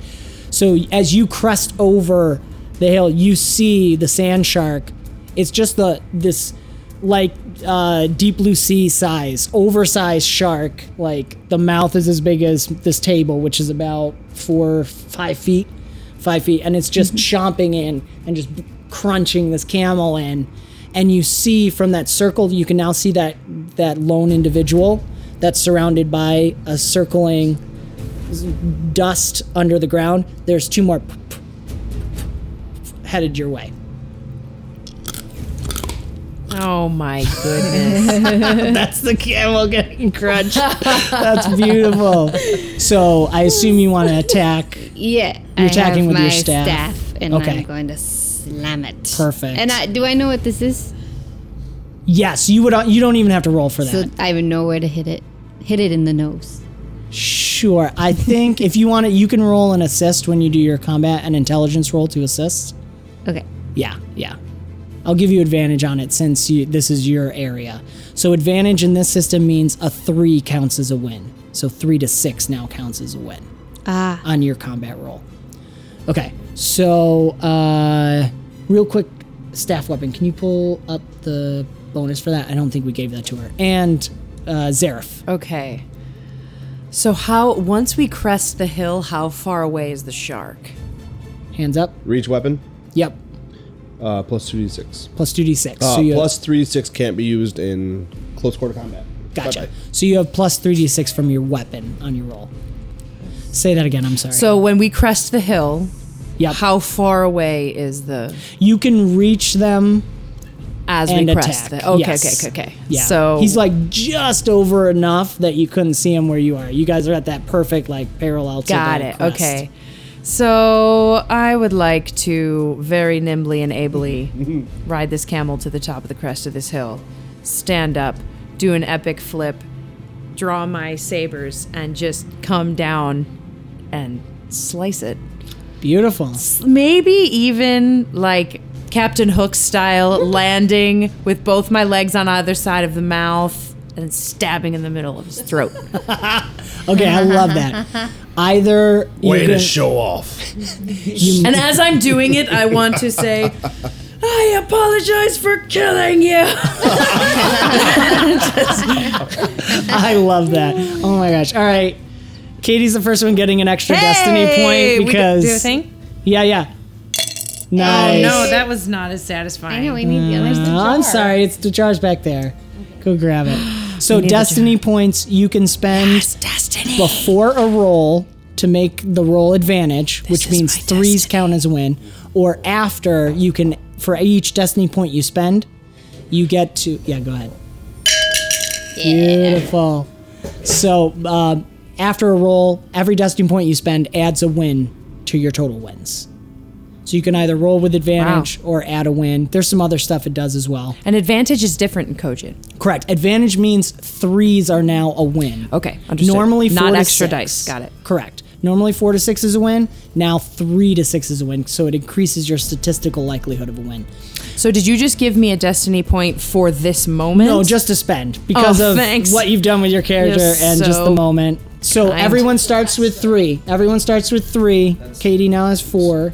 So as you crest over the hill, you see the sand shark. It's just the this like uh, deep blue sea size, oversized shark. Like the mouth is as big as this table, which is about four five feet, five feet, and it's just chomping in and just crunching this camel in. And you see from that circle, you can now see that that lone individual that's surrounded by a circling dust under the ground, there's two more p- p- p- headed your way.
Oh my goodness.
That's the camel getting crunched. That's beautiful. So I assume you want to attack.
Yeah.
You're
I
attacking
have
with
my
your staff.
and
Okay.
I'm going to slam it.
Perfect.
And I, do I know what this is?
Yes, you would. You don't even have to roll for that.
So I would know where to hit it. Hit it in the nose.
sure. I think if you want it, you can roll an assist when you do your combat and intelligence roll to assist.
Okay.
Yeah, yeah. I'll give you advantage on it since you, this is your area. So advantage in this system means a three counts as a win. So three to six now counts as a win. Ah. On your combat roll. Okay. So uh, real quick, staff weapon. Can you pull up the bonus for that? I don't think we gave that to her. And uh, Zareph.
okay. So how once we crest the hill, how far away is the shark?
Hands up.
Reach weapon,
Yep.
uh, plus two d six.
Plus two d six.
Uh,
so you
plus three d six can't be used in close quarter combat.
gotcha.
Bye-bye.
So you have plus three d six from your weapon on your roll. Say that again. I'm sorry.
So when we crest the hill,
Yep.
how far away is the
you can reach them
as
and
we press
attack.
the okay,
Yes.
okay, okay, okay.
Yeah.
So
he's like just over enough that you couldn't see him where you are. You guys are at that perfect like parallel. To
Got
the
it.
crest.
Okay. So I would like to very nimbly and ably ride this camel to the top of the crest of this hill, stand up, do an epic flip, draw my sabers, and just come down and slice it.
Beautiful.
Maybe even like Captain Hook style, landing with both my legs on either side of the mouth and stabbing in the middle of his throat.
Okay, I love that. Either you
Way to
can-
show off.
And as I'm doing it, I want to say, I apologize for killing you.
I love that. Oh my gosh. All right. Katie's the first one getting an extra destiny
Hey,
point
we could
because
do a thing?
Yeah, yeah.
Oh,
Nice.
No, that was not as
I
satisfying.
know we need the others.
Uh, I'm sorry, it's the charge back there. Go grab it. So destiny points you can spend
Destiny.
before a roll to make the roll advantage, which
is
means
my
threes count as a win, or after you can for each destiny point you spend, you get to yeah. Go ahead. Beautiful. So uh, after a roll, every destiny point you spend adds a win to your total wins. So you can either roll with advantage or add a win. There's some other stuff it does as well.
An advantage is different in Kojin.
Correct. Advantage means threes are now a win.
Okay, understood.
Normally, four
Not
to
extra
six.
dice. Got it.
Correct. Normally, four to six is a win. Now, three to six is a win. So it increases your statistical likelihood of a win.
So did you just give me a destiny point for this moment?
No, just to spend because
Oh,
of
thanks.
what you've done with your character
You're
and just the
so
moment. So
kind.
everyone starts with three. Everyone starts with three. Katie now has four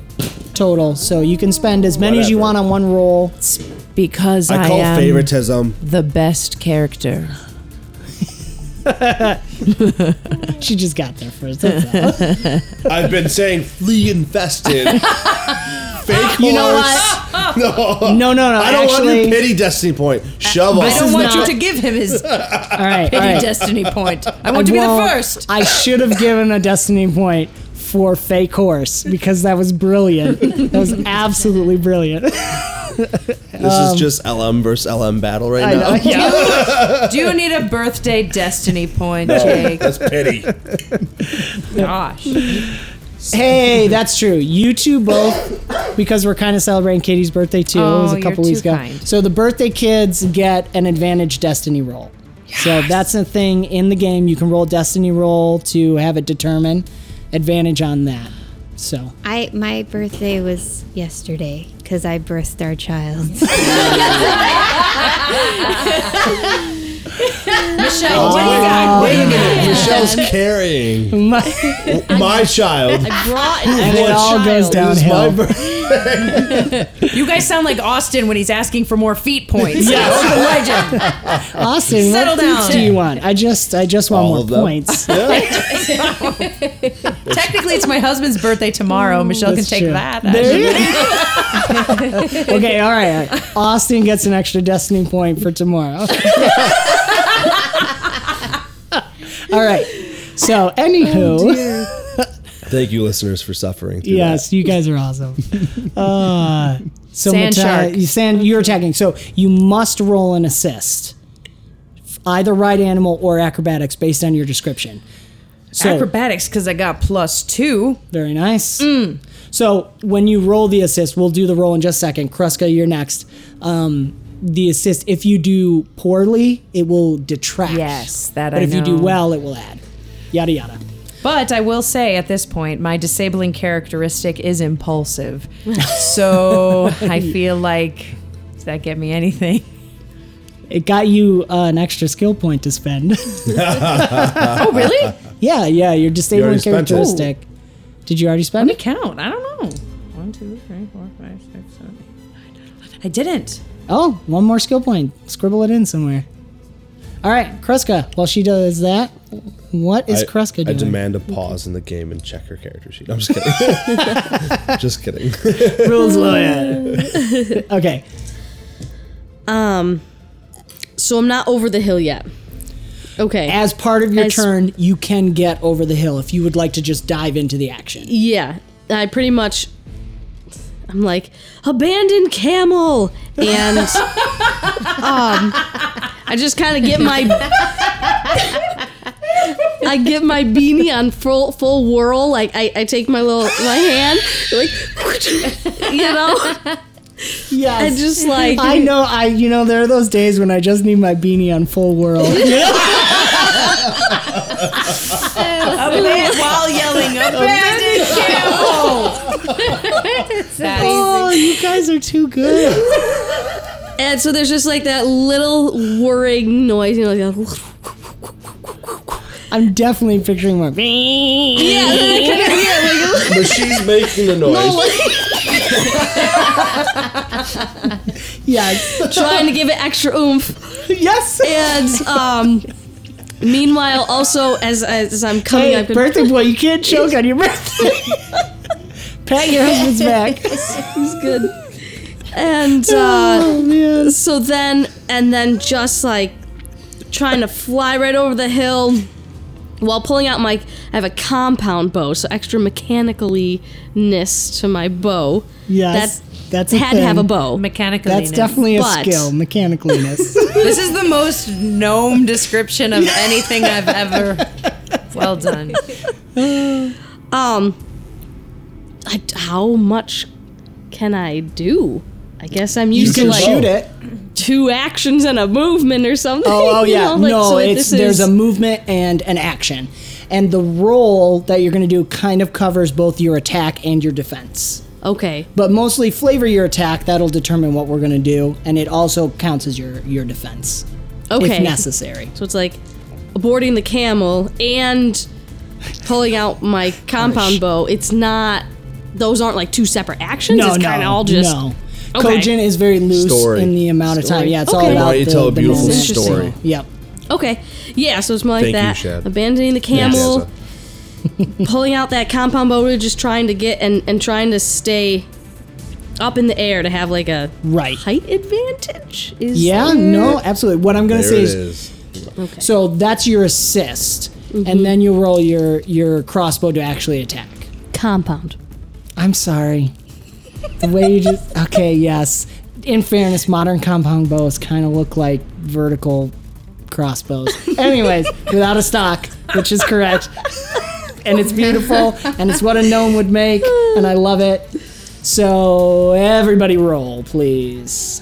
total. So you can spend as many as you want
Whatever.
on one roll.
because I,
I call
um,
am
favoritism.
the best character.
She just got there first. That's all.
I've been saying flea infested. Fake
You know
horse. No.
No, no, no.
I don't
actually,
want your pity destiny point. Shovel.
I don't want
not-
you to give him his pity
all right, all right.
destiny point. I want to be the
Well,
first.
I should have given a destiny point for fake horse because that was brilliant. That was absolutely brilliant.
This
Um,
is just LM versus LM battle right now.
Do you need a birthday destiny point, Jake?
That's pity.
Gosh.
Hey, that's true. You two both, because we're kind of celebrating Katie's birthday too. it was
Oh,
a couple
you're
weeks
too
ago.
kind.
So the birthday kids get an advantage destiny roll. So that's a thing in the game. You can roll destiny roll to have it determine advantage on that. So
I my birthday was yesterday because I birthed our child.
Michelle's carrying
my,
my child.
Brought
and it all goes
It's my
downhill.
birthday.
You guys sound like Austin when he's asking for more feet points.
Austin,
Settle
what points
down.
do you want? I just, I just want
All
more
of them.
points.
Technically, it's my husband's birthday tomorrow. Michelle can
Mm, That's
take
true.
that.
There you go. okay, all right. Austin gets an extra destiny point for tomorrow. all right. So, anywho,
Thank you, listeners, for suffering. through
yes, you guys are awesome. Uh, so
Sand
Mata-
shark.
you sand, you're attacking. So you must roll an assist, either ride animal or acrobatics, based on your description. So,
Acrobatics, because I got plus two.
Very nice.
Mm.
So when you roll the assist, we'll do the roll in just a second. Kruska, you're next. Um, the assist, if you do poorly, it will detract.
Yes, that
But
I
if you do
know.
well, it will add. Yada yada.
But I will say at this point, my disabling characteristic is impulsive. So I feel like, does that get me anything?
It got you uh, an extra skill point to spend.
Oh, really?
yeah, yeah. Your disabling
already spent it.
characteristic. Did you already spend
Let me
it?
count. I don't know. One, two, three, four, five, six, seven, eight, nine, ten. I didn't.
Oh, one more skill point. Scribble it in somewhere. All right, Kruska. While she does that, what is
I-
Kruska
I
doing?
demand a pause in the game and check her character sheet. I'm just kidding. just kidding.
rules lawyer. okay.
Um, so I'm not over the hill yet. Okay.
as part of your
As-
turn, you can get over the hill if you would like to just dive into the action.
yeah, I pretty much. I'm like abandoned camel, and um, I just kind of get my I get my beanie on full full whirl. Like I, I take my little my hand, like you know,
Yes.
and just like
I know. I you know there are those days when I just need my beanie on full whirl.
while yelling abandoned camel.
oh, you guys are too good.
and so there's just like that little whirring noise, you know, like that.
I'm definitely picturing my beanie.
But she's making the noise.
Yes.
trying to give it extra oomph.
yes.
And um, meanwhile, also as as I'm coming
Hey,
up,
birthday boy, you can't choke on your birthday. Pat your husband's back.
and uh,
Oh man.
so then and then just like trying to fly right over the hill while pulling out my I have a compound bow, so extra mechanically-ness to my bow.
Yes. that's a
had to have a
thing.
bow.
Mechanically,
That's definitely a
But-
skill. Mechanicalness.
This is the most gnome description of anything I've ever. Well done.
Um I, how much can I do? I guess I'm
you
used
can
to like
shoot it.
two actions and a movement or something.
Oh, oh
you
yeah.
know, like,
no,
so
it's
this
there's
is-
a movement and an action. And the roll that you're going to do kind of covers both your attack and your defense.
okay.
But mostly flavor your attack, that'll determine what we're going to do, and it also counts as your your defense if
Okay.
necessary.
So it's like boarding the camel and pulling out my compound bow. It's not; those aren't like two separate actions.
No,
it's
no.
kind of all just
no.
Okay.
Cogent is very loose
Story.
in the amount of time. Yeah, it's all
Okay.
about
Why don't you
the,
tell a
the
beautiful
moment.
story?
Yep.
okay. Yeah, so it's more like
Thank you,
that.
Shad.
Abandoning the camel, pulling out that compound bow, really just trying to get and and trying to stay up in the air to have like a
Right.
height advantage. Is
Yeah, no, absolutely. What I'm going to
There
say
it
is
is.
So that's your assist, and then you roll your your crossbow to actually attack.
compound.
I'm sorry. The way you just okay, yes. In fairness, modern compound bows kind of look like vertical crossbows. Anyways, without a stock, which is correct, and it's beautiful, and it's what a gnome would make, and I love it. So everybody, roll, please.